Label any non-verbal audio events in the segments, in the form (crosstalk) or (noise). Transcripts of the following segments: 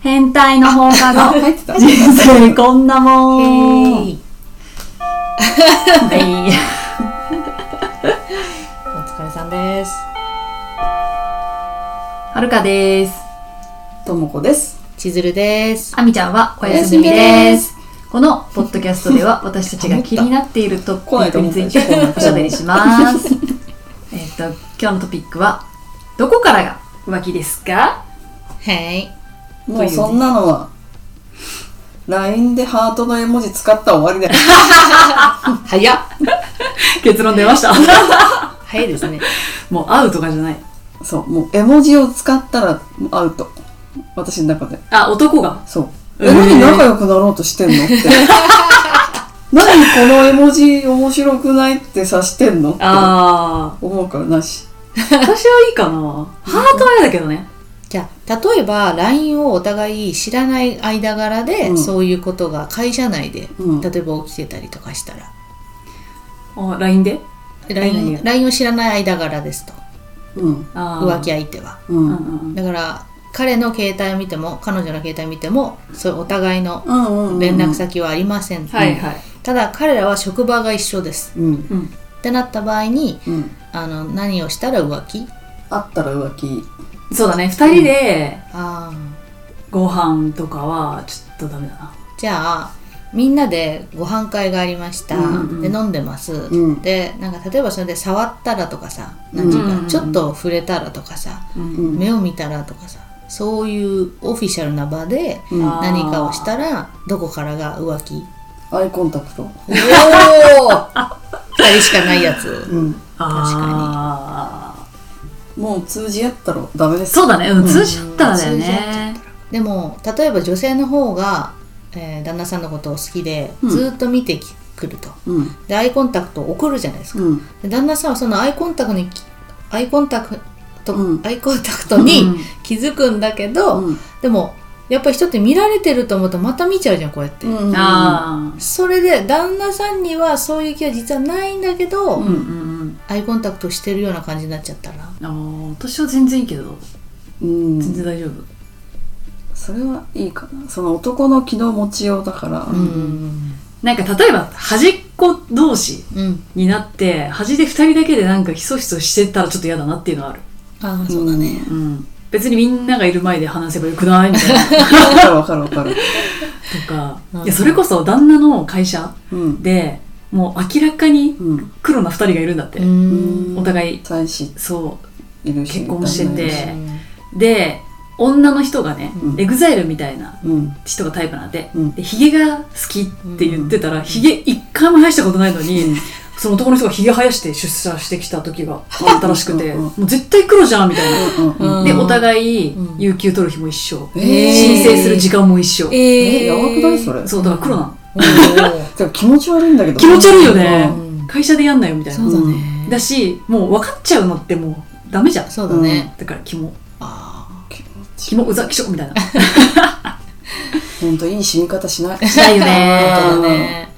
変態の放課後入ってた (laughs) 人生こんなもんへいはいお疲れさんですはるかですともこです。千鶴ですあみちゃんはお休みお休みでですこのポッドキャストで (laughs) は私たちが気になっているトピックについて来ないと思ったおしゃべりしますえっと今日のトピックはどこからが浮気ですかはいもうそんなのは、LINE でハートの絵文字使ったら終わりだよ。早っ結論出ました早いですね (laughs) もう会うとかじゃないそう、もう絵文字を使ったらもうアウト。私の中で。あ男がそう。ええ、ー何仲良くなろうとしてんのって。何この絵文字面白くないってさしてんのってああ思うからなし。私はいいかなハートは嫌だけどね (laughs) じゃあ例えば LINE をお互い知らない間柄で、うんそういうことが会社内で、うん例えば起きてたりとかしたらあ LINE で何 LINE, が LINE を知らない間柄ですとうん。あー浮気相手はううんん。うんだから彼の携帯を見ても彼女の携帯を見てもそういうお互いのうんうんうん。連絡。先はありません、はいはいただ彼らは職場が一緒ですうん。うんってなった場合にうん。あの何をしたら浮気あったら浮気。そうだね二人であーご飯とかはちょっとダメだなじゃあみんなでご飯会がありました、うんうんで飲んでます、うんでなんか例えばそれで触ったらとかさうん何ていうか、うんうんちょっと触れたらとかさ、うんうん。目を見たらとかさそういうオフィシャルな場でうんあー何かをしたらどこからが浮 (laughs) 気アイコンタクト。おお二人しかないやつうん。あーもう通じ合ったらダメです。そうだね、うん、ん通じちゃったらだよ通じ合ねでも例えば女性の方が、えー旦那さんのことを好きで、うんずーっと見てきくるとうん。でアイコンタクトを送るじゃないですか、うん。で旦那さんはそのアイコンタクトにきアイコンタクト、うんアイコンタクトにうん気づくんだけど、うんでもやっぱり人って見られてると思うとまた見ちゃうじゃんこうやって、うんああそれで旦那さんにはそういう気は実はないんだけど、うんうんアイコンタクトしてるような感じになっちゃったらうんあー私は全然いいけどうん、全然大丈夫、それはいいかなその男の気の持ちようだから、うんなんか例えば端っこ同士うんになって端で二人だけでなんかひそひそしてたらちょっと嫌だなっていうのはある、ああそうだねうん、別にみんながいる前で話せばよくないみたいなわかるわかるわかる、 (laughs) とかうんいやそれこそ旦那の会社うんでもう明らかにうん、黒な二人がいるんだって、うんお互い妻子そいるし結婚してて旦うで女の人がね、うんエグザイルみたいな那いるしうん人がタイプなんで,、うんでヒゲが好きって言ってたら、ヒゲ一回も生やしたことないのに、うんその男の人がヒゲ生やして出社してきた時があったらしくて、うんうんうんもう絶対黒じゃんみたいな、うんうんでうんお互いうん有給取る日も一緒、えー申請する時間も一緒、えやばくないそれそうだから黒なのおてか気持ち悪いんだけど気持ち悪いよ (laughs) ね、うん会社でやんないよみたーいそなうだね、だしもう分かっちゃうのってもうダメじゃんそうだね、だから肝あ気持ち肝うざきしょみたいなほんといい死に方しないあしないよねそうだね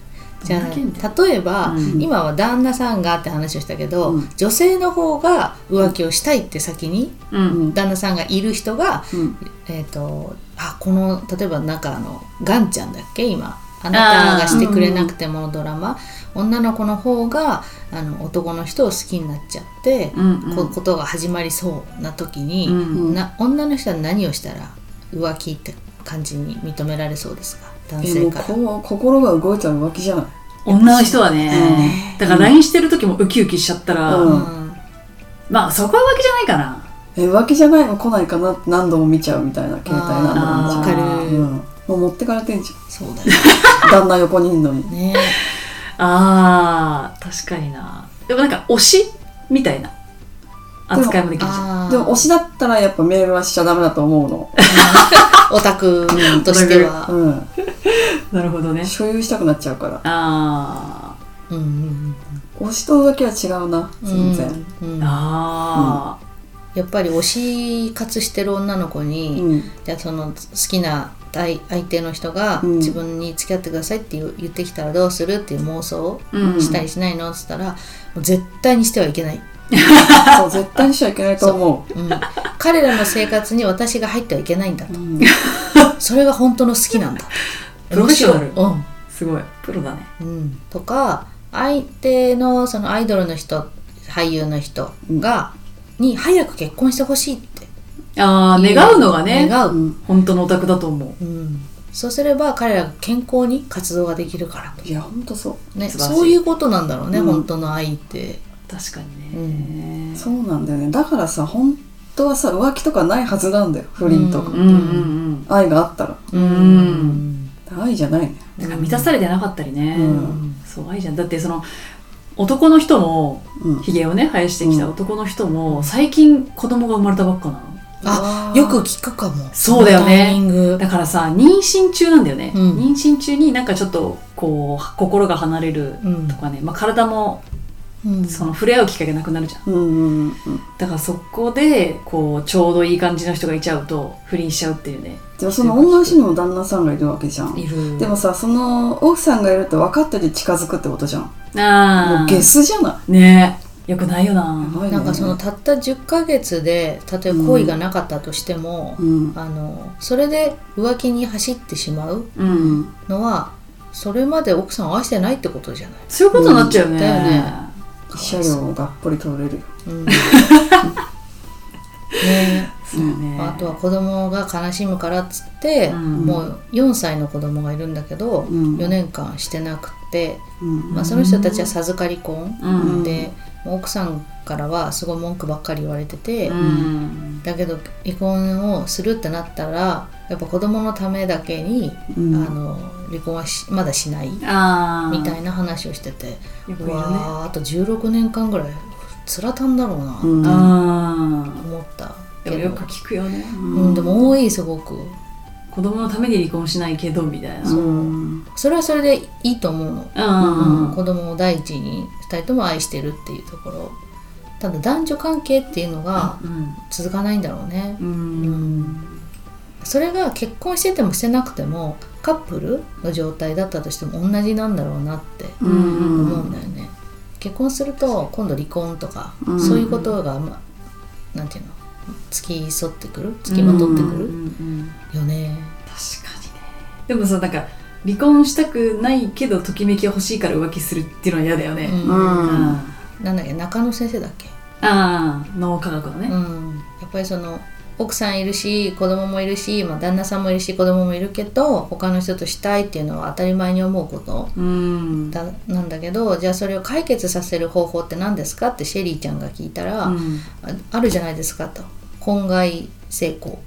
じゃどんだけみたいあ例えば、うん今は旦那さんがって話をしたけど、うん女性の方が浮気をしたいって先にううんん旦那さんがいる人が、うんえっとあこの例えばなんかあのガンちゃんだっけ今あなたがしてくれなくてものドラマ、女の子の方があの男の人を好きになっちゃって、うんうんこことが始まりそうな時に、うんうんな女の人は何をしたら浮気って感じに認められそうですか男えも性うから。こう心が動いたら浮気じゃない女の人はね、うんだから LINE してる時もウキウキしちゃったら、うんうんまあそこは浮気じゃないかなえ浮気じゃないの来ないかなって何度も見ちゃうみたいな携帯何度も見ちあゃーわう、かうる、ん、もう持ってかれてんじそうだよゃん旦那横にいるのにねあー確かになでもなんか推しみたいな扱いもできるじゃんあーでも推しだったらやっぱメールはしちゃダメだと思う (laughs) の。オタクとしてはうなるほどねん。所有したくなっちゃうから。あうんうん推しと浮気は違うな、うん全然。うんーあやっぱり推し活してる女の子に、うん。じゃあその好きな相相手の人がうん自分に付き合ってくださいって言う言ってきたらどうするっていう妄想をうんしたりしないのっつったら、もう絶対にしてはいけない、そう、絶対にしちゃいけないと思 (laughs) うん、彼らの生活に私が入ってはいけないんだとう。うんそれが本当の好きなんだプロフェッショナルむしろうんすごいプロだねうん、とか相手のそのアイドルの人俳優の人が、に早く結婚してほしいってああ願うのがね願う、うん本当のオタクだと思ううん、そうすれば彼らが健康に活動ができるからいや、ほんとそね、素晴らしいそういうことなんだろうね、うん本当の愛って。確かにね、う。そうなんだよね。だからさ、本当はさ、浮気とかないはずなんだよ。不倫とか。うんうん愛があったら。うんうん愛じゃないね。うんだから満たされてなかったりね、うんそう愛じゃんだってその男の人もうん。ひげをね生やしてきた男の人も、最近子供が生まれたばっかなのあよく聞くかも。そうだよねのタイミング。だからさ妊娠中なんだよね、うん妊娠中になんかちょっとこう心が離れるうんとかね、まあ、体もうんその触れ合うきっかけなくなるじゃんうんうんうん。だからそこでこうちょうどいい感じの人がいちゃうと不倫しちゃうっていうねじゃあその女の人にも旦那さんがいるわけじゃん。いるでもさ、その奥さんがいるって分かってて近づくってことじゃん。もあうゲあスじゃない。ねえよくないよなやばいねなんかその、たった10ヶ月でたとえ恋がなかったとしても、うん。あのそれで浮気に走ってしまうううんん。のはそれまで奥さんを愛してないってことじゃない。そういうことになっちゃうよね,、だよね車両をがっぽり取れるよ。うん (laughs) ねえそうよねあとは子供が悲しむからっつって、うんもう4歳の子供がいるんだけど、うん4年間してなくて、うん。まあ、その人たちは授かり婚、うんでもう奥さんからはすごい文句ばっかり言われてて、うんだけど離婚をするってなったらやっぱ子供のためだけに、うんあの離婚はしまだしないああみたいな話をしてて、よくういるねあわーあと16年間ぐらいつらたんだろうな、うんあ思ったでけもどよく聞くよねうん、でも多いすごく。子供のために離婚しないけどみたいなううんん。それはそれでいいと思うの、うんうん子供を第一に2人とも愛してるっていうところただ男女関係っていうのが続かないんだろうね、うんそれが結婚しててもしてなくてもカップルの状態だったとしても同じなんだろうなってう思ん。うんだよね、結婚すると今度離婚とか、うんそういうことが、まあ、なんていうの付き添ってくる付きまとってくうるんうんよね、確かにねでもさなんか離婚したくないけどときめきが欲しいから浮気するっていうのは嫌だよね、うんうんなんだっけ中野先生だっけああ脳科学のね、うん、やっぱりその奥さんいるし子供もいるし、まあ、旦那さんもいるし子供もいるけど他の人としたいっていうのは当たり前に思うことうんだなんだけどじゃあそれを解決させる方法って何ですかってシェリーちゃんが聞いたら、ああるじゃないですかと婚外成功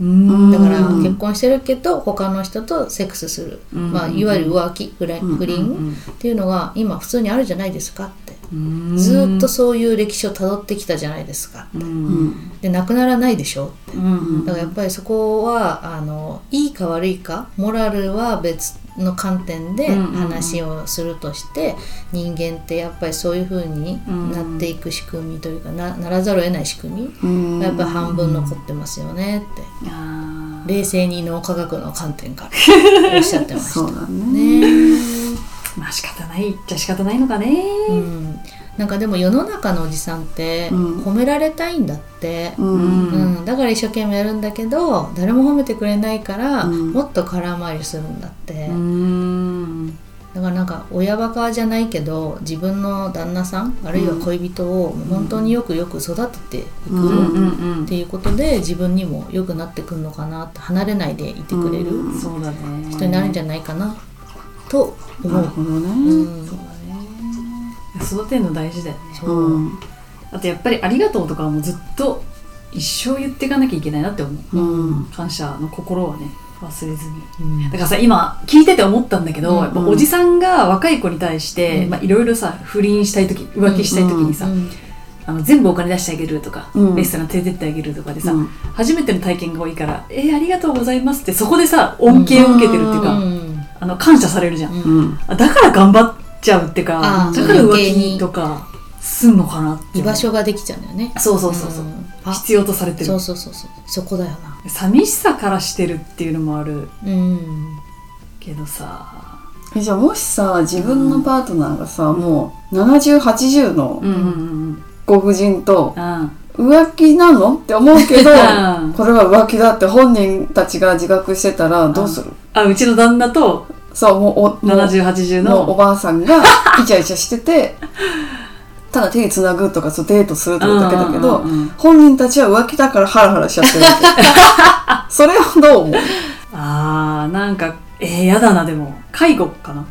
うんだからうん結婚してるけど他の人とセックスする、うんまあ、いわゆる浮気不倫不倫っていうのが今普通にあるじゃないですかってずーっとそういう歴史をたどってきたじゃないですかうんううんん。でなくならないでしょってうんだからやっぱりそこはあのいいか悪いかモラルは別の観点でうんうんうん話をするとして、人間ってやっぱりそういうふうになっていく仕組みというかなならざるを得ない仕組うみんがやっぱり半分残ってますよねってあー冷静に脳科学の観点から (laughs) おっしゃってましそうた。だね。ねまあ仕方ないじゃ仕方ないのかね、うん、なんかでも世の中のおじさんってうん褒められたいんだって。うん。うん、だから一生懸命やるんだけど誰も褒めてくれないから、うんもっと空回りするんだって、うんだからなんか親バカじゃないけど自分の旦那さんあるいは恋人をもう本当によくよく育てていく、うんうんうっんていうことで自分にも良くなってくるのかなって離れないでいてくれるうんそうだね人になるんじゃないかなとな思るう。ほどね。うそんうだね育てるの大事だよねそうあとやっぱり「ありがとう」とかはもうずっと一生言っていかなきゃいけないなって思う、うん感謝の心はね忘れずにうんだからさ今聞いてて思ったんだけど、うんやっぱおじさんが若い子に対して、うんまあ、いろいろさ不倫したい時浮気したい時にさ、うんあの全部お金出してあげるとか、うんレストラン連れてってあげるとかでさ、うん初めての体験が多いから「えー、ありがとうございます」ってそこでさ恩恵を受けてるっていうか、うんあの感謝されるじゃん、うんうん。あだから頑張っちゃうっていうあかーだから浮余計気にとかすんのかなって居場所ができちゃうんだよね。そうそうそうそう、んあ必要とされてるそうそうそうそうそこだよな。寂しさからしてるっていうのもあるうんけどさえじゃあもしさ自分のパートナーがさ、もう7080のうんうんうんご婦人とあ浮気なのって思うけど、うんこれは浮気だって本人たちが自覚してたらどうする、あうちの旦那とそう、もうお、もう7080もうおのばあさ (laughs) んがイチャイチャしてて、ただ手つなぐとかそうデートするとかだけだけど、うんうんうんうん本人たちは浮気だからハラハラしちゃってるわ (laughs) け。それをどう思うあーなんかえー、やだなでも介護かな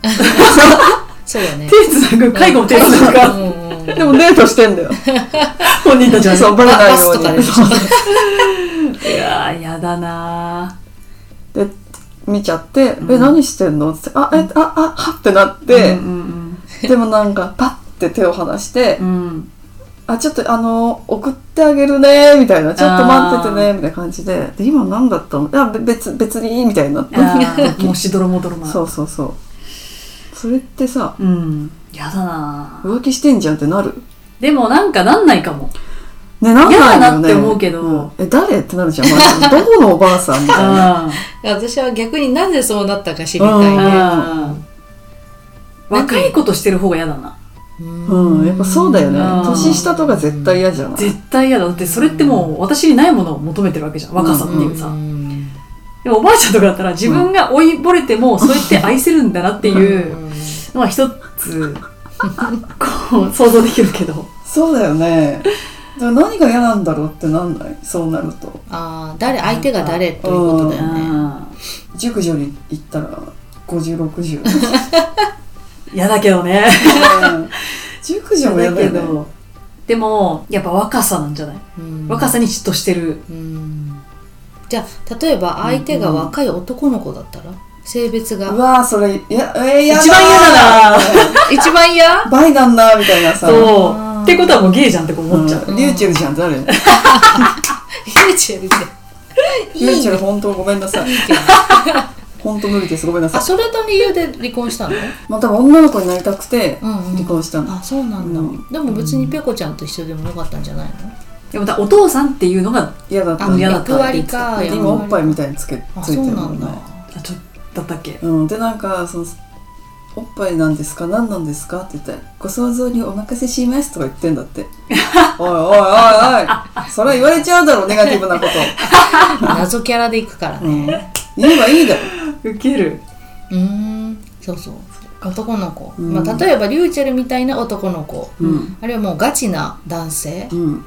そうだね手つなぐ介護も手つなぐうかんうんうんでもデートしてんだよ。本人たちはねそう、バレないバよスうとに。かでしょいやーやだなで見ちゃって「うんえ何してんの?」って「あえああは」ってなっーてう、んでもなんかパッて手を離して「うんうん、うんあちょっとあの送ってあげるね」みたいな「ちょっと待っててね」みたいな感じで「で今何だったのいやべ別別にいい」みたいになってあーもうしどろもどろな、(laughs) そううそうそうそれってさん、やだな浮気してんじゃんってなるでもなんかなんないかもねなん嫌だななんっだてよね思うけどんえ誰ってなるじゃん、ま (laughs) あ、どこのおばあさんみたいなあ私は逆になぜそうなったか知りたいうんねあ若いことしてる方が嫌だなうん、やっぱそうだよねうん年下とか絶対嫌じゃない絶対嫌だだってそれってもう私にないものを求めてるわけじゃん若さっていうさ、んでもおばあちゃんとかだったら自分が老いぼれてもそうやって愛せるんだなっていうのは一 (laughs) つこう想像できるけどそうだよね。でも何が嫌なんだろうってなんないそうなると。ああ誰相手が誰ということだよね熟女に行ったら50、60。 (laughs) 嫌だけどねうん熟女も嫌嫌だだけよね。どでもやっぱ若さなんじゃないうん若さに嫉妬してるうんじゃあ例えば相手が若い男の子だったら性別うがわぁ、それ、いや、えー、やだー一番嫌だ一番嫌倍なんだみたいなさ。そうってことはもうゲイじゃんってこう思っちゃう、うんリューチェルじゃんってなるよね。 YouTube でリューチェル本当ごめんな (laughs) さい。本当無理です。ごめんなさあい。それと理由で離婚したのまあ多分女の子になりたくてうんうん離婚したの。あそうなんだ、うんでも別にペコちゃんと一緒でもよかったんじゃないのでもだからお父さんっていうのが嫌だったあの。嫌でだった役割か役割今おっぱいみたいにつけあついそてうるなもんんだね。あちょっとだったっけうん、でなんかそのおっぱいなんですか何なんですかって言ってご想像にお任せしますとか言ってんだって (laughs) おいおいおいおいそれは言われちゃうだろネガティブなこと、謎キャラでいくからうん、ね言えばいいだろウケるうーんそうそう男の子、うんまあ、例えばリューチェルみたいな男の子、うんあるいはもうガチな男性、うん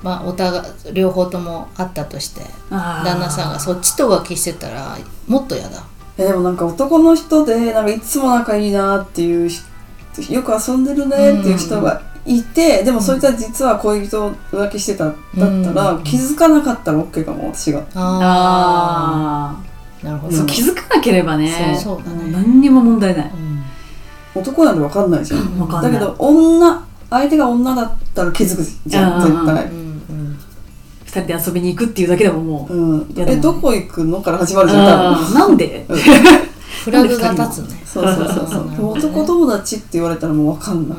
まあ、お互い両方ともあったとして旦旦那さんがそっちと浮気してたらもっと嫌だえでもなんか男の人でなんかいつも仲いいなっていう人よく遊んでるねっていう人がいて、でもそいつは実は恋人浮気してただったら、うん気づかなかったら OK かも私があああなるほあどそううん気づかなければねそうそうだねも何にも問題ないうん男なんて分かんないじゃん分かんなだいけど女相手が女だったら気づくじゃんうんうんうん絶う対、ん二人で遊びに行くっていうだけでももう、うんいやでえもどこ行くのから始まるじゃん多あ分ーなんでうんフラグが立つねそうそうそうそうでも男友達って言われたらもう分かんうない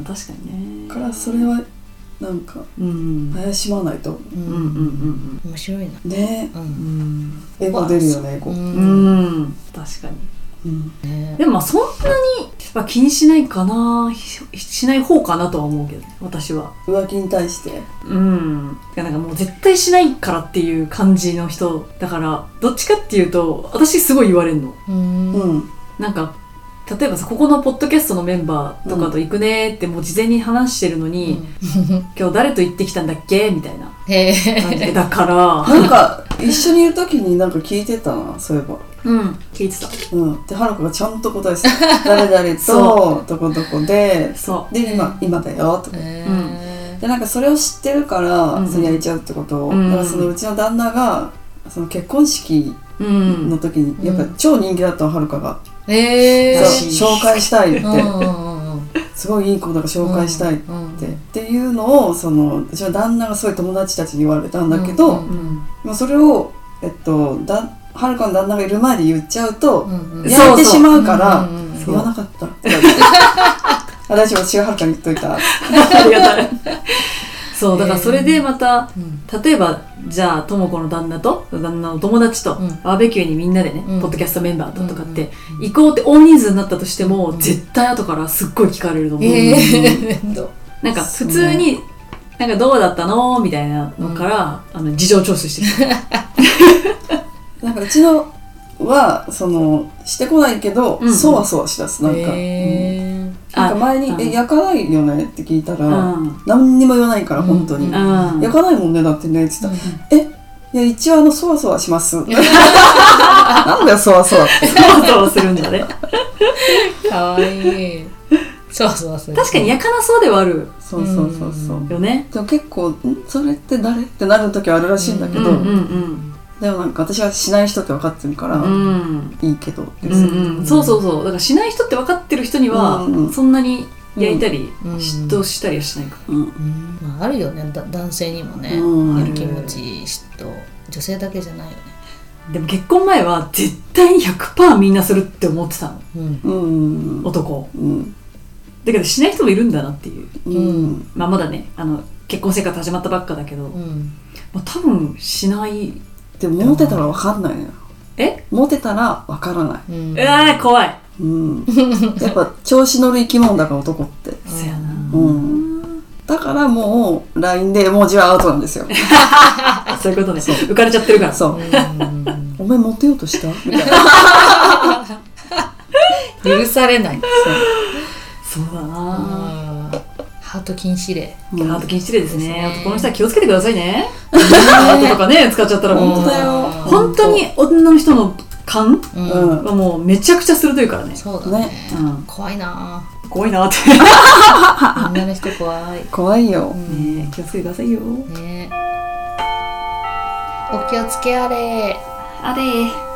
ああ確かにねだからそれはなんかうん怪しまないとううんうんん面白いなねううんんエゴ出るよねエうゴ、うんん、うん、確かにうんねでもまあそんなにまあ気にしないかなししない方かなとは思うけどね私は浮気に対してうんてかなんかもう絶対しないからっていう感じの人だからどっちかっていうと私すごい言われるのうんうん、なんか例えばさここのポッドキャストのメンバーとかと行くねってもう事前に話してるのに、今日誰と行ってきたんだっけみたいなへえ感じでだ (laughs) かなんか一緒にいる時になんか聞いてたなそういえばらうん聞いてたうんで花子がちゃんと答え (laughs) てた誰々とどこどこでそで今今だよとかへえでなんかそれを知ってるから、うんそれやれちゃうってことを、うんだからそのうちの旦那がその結婚式ううん (laughs) の時に、うんやっぱ超人気だったのはるかが、へえらしいそう紹介したいって、うんうんうんすごいいい子だから紹介したいって、うんっていうのをそのうちの旦那がすごい友達たちに言われたんだけうど、んうんでもそれをえっとだはるかの旦那がいる前で言っちゃうと、うんうんやめてしまうから、うんうんうん言わなかったとか (laughs) 言って私も違うはるかに言っといたありがたいそうだからそれでまたうん例えばじゃあとも子の旦那と旦那の友達とうんバーベキューにみんなでね、うんポッドキャストメンバーととかって、うん行こうって大人数になったとしても、ん絶対後からすっごい聞かれると思う、ええ面倒なんか普通に、なんかどうだったのみたいなのから、あの事情聴取してる。なんかうちのはそのしてこないけど、うんそわそわしだすなんか、うんへ (laughs) なんか前あに「うえん焼かないよね?」って聞いたら、うん何にも言わないから本当に、うんうん焼かないもんねだってね」って言ったら「えいや一応あのそわそわし (laughs) ます」なんだよそわそわってそわそわするんだね。えかわいいそうそうそう確かにやかなそうではあるそうそうそうそう、うんよね。でも結構ん「それって誰?」ってなる時はあるらしいんだけうど、んうんでもなんか私はしない人って分かってるから、うん。うんいいけどってうするんうん、そうそうそうだからしない人って分かってる人にはうんうんそんなに焼いたりうん嫉妬したりはしないかうんうんまあ、あるよねだ男性にもね、うんやる気持ち嫉妬女性だけじゃないよね、でも結婚前は絶対に100%みんなするって思ってたのうんうん男うんだけどしない人もいるんだなっていううんまあまだねあの結婚生活始まったばっかだけど、うまあ、ん、多分しないでもモテたら分かんないのよえモテたら分からない、うんうわー怖いうん、やっぱ調子乗る生き物だから男って、そやう、なんだからもう LINE で絵文字はアウトなんですよあそういうことね浮かれちゃってるからそうう、んお前モテようとしたみたいな許されないそうだなハート禁止令うんハート禁止令ですねですね男の人は気をつけてくださいねハートと本かね使っちゃったらもう本当だよ本当に女の人の勘うん、うんはもうめちゃくちゃ鋭いからね、そうだねねうん、怖いな怖いなってあ女の人怖い怖いよねえ気をつけてくださいよねお気をつけあれあれ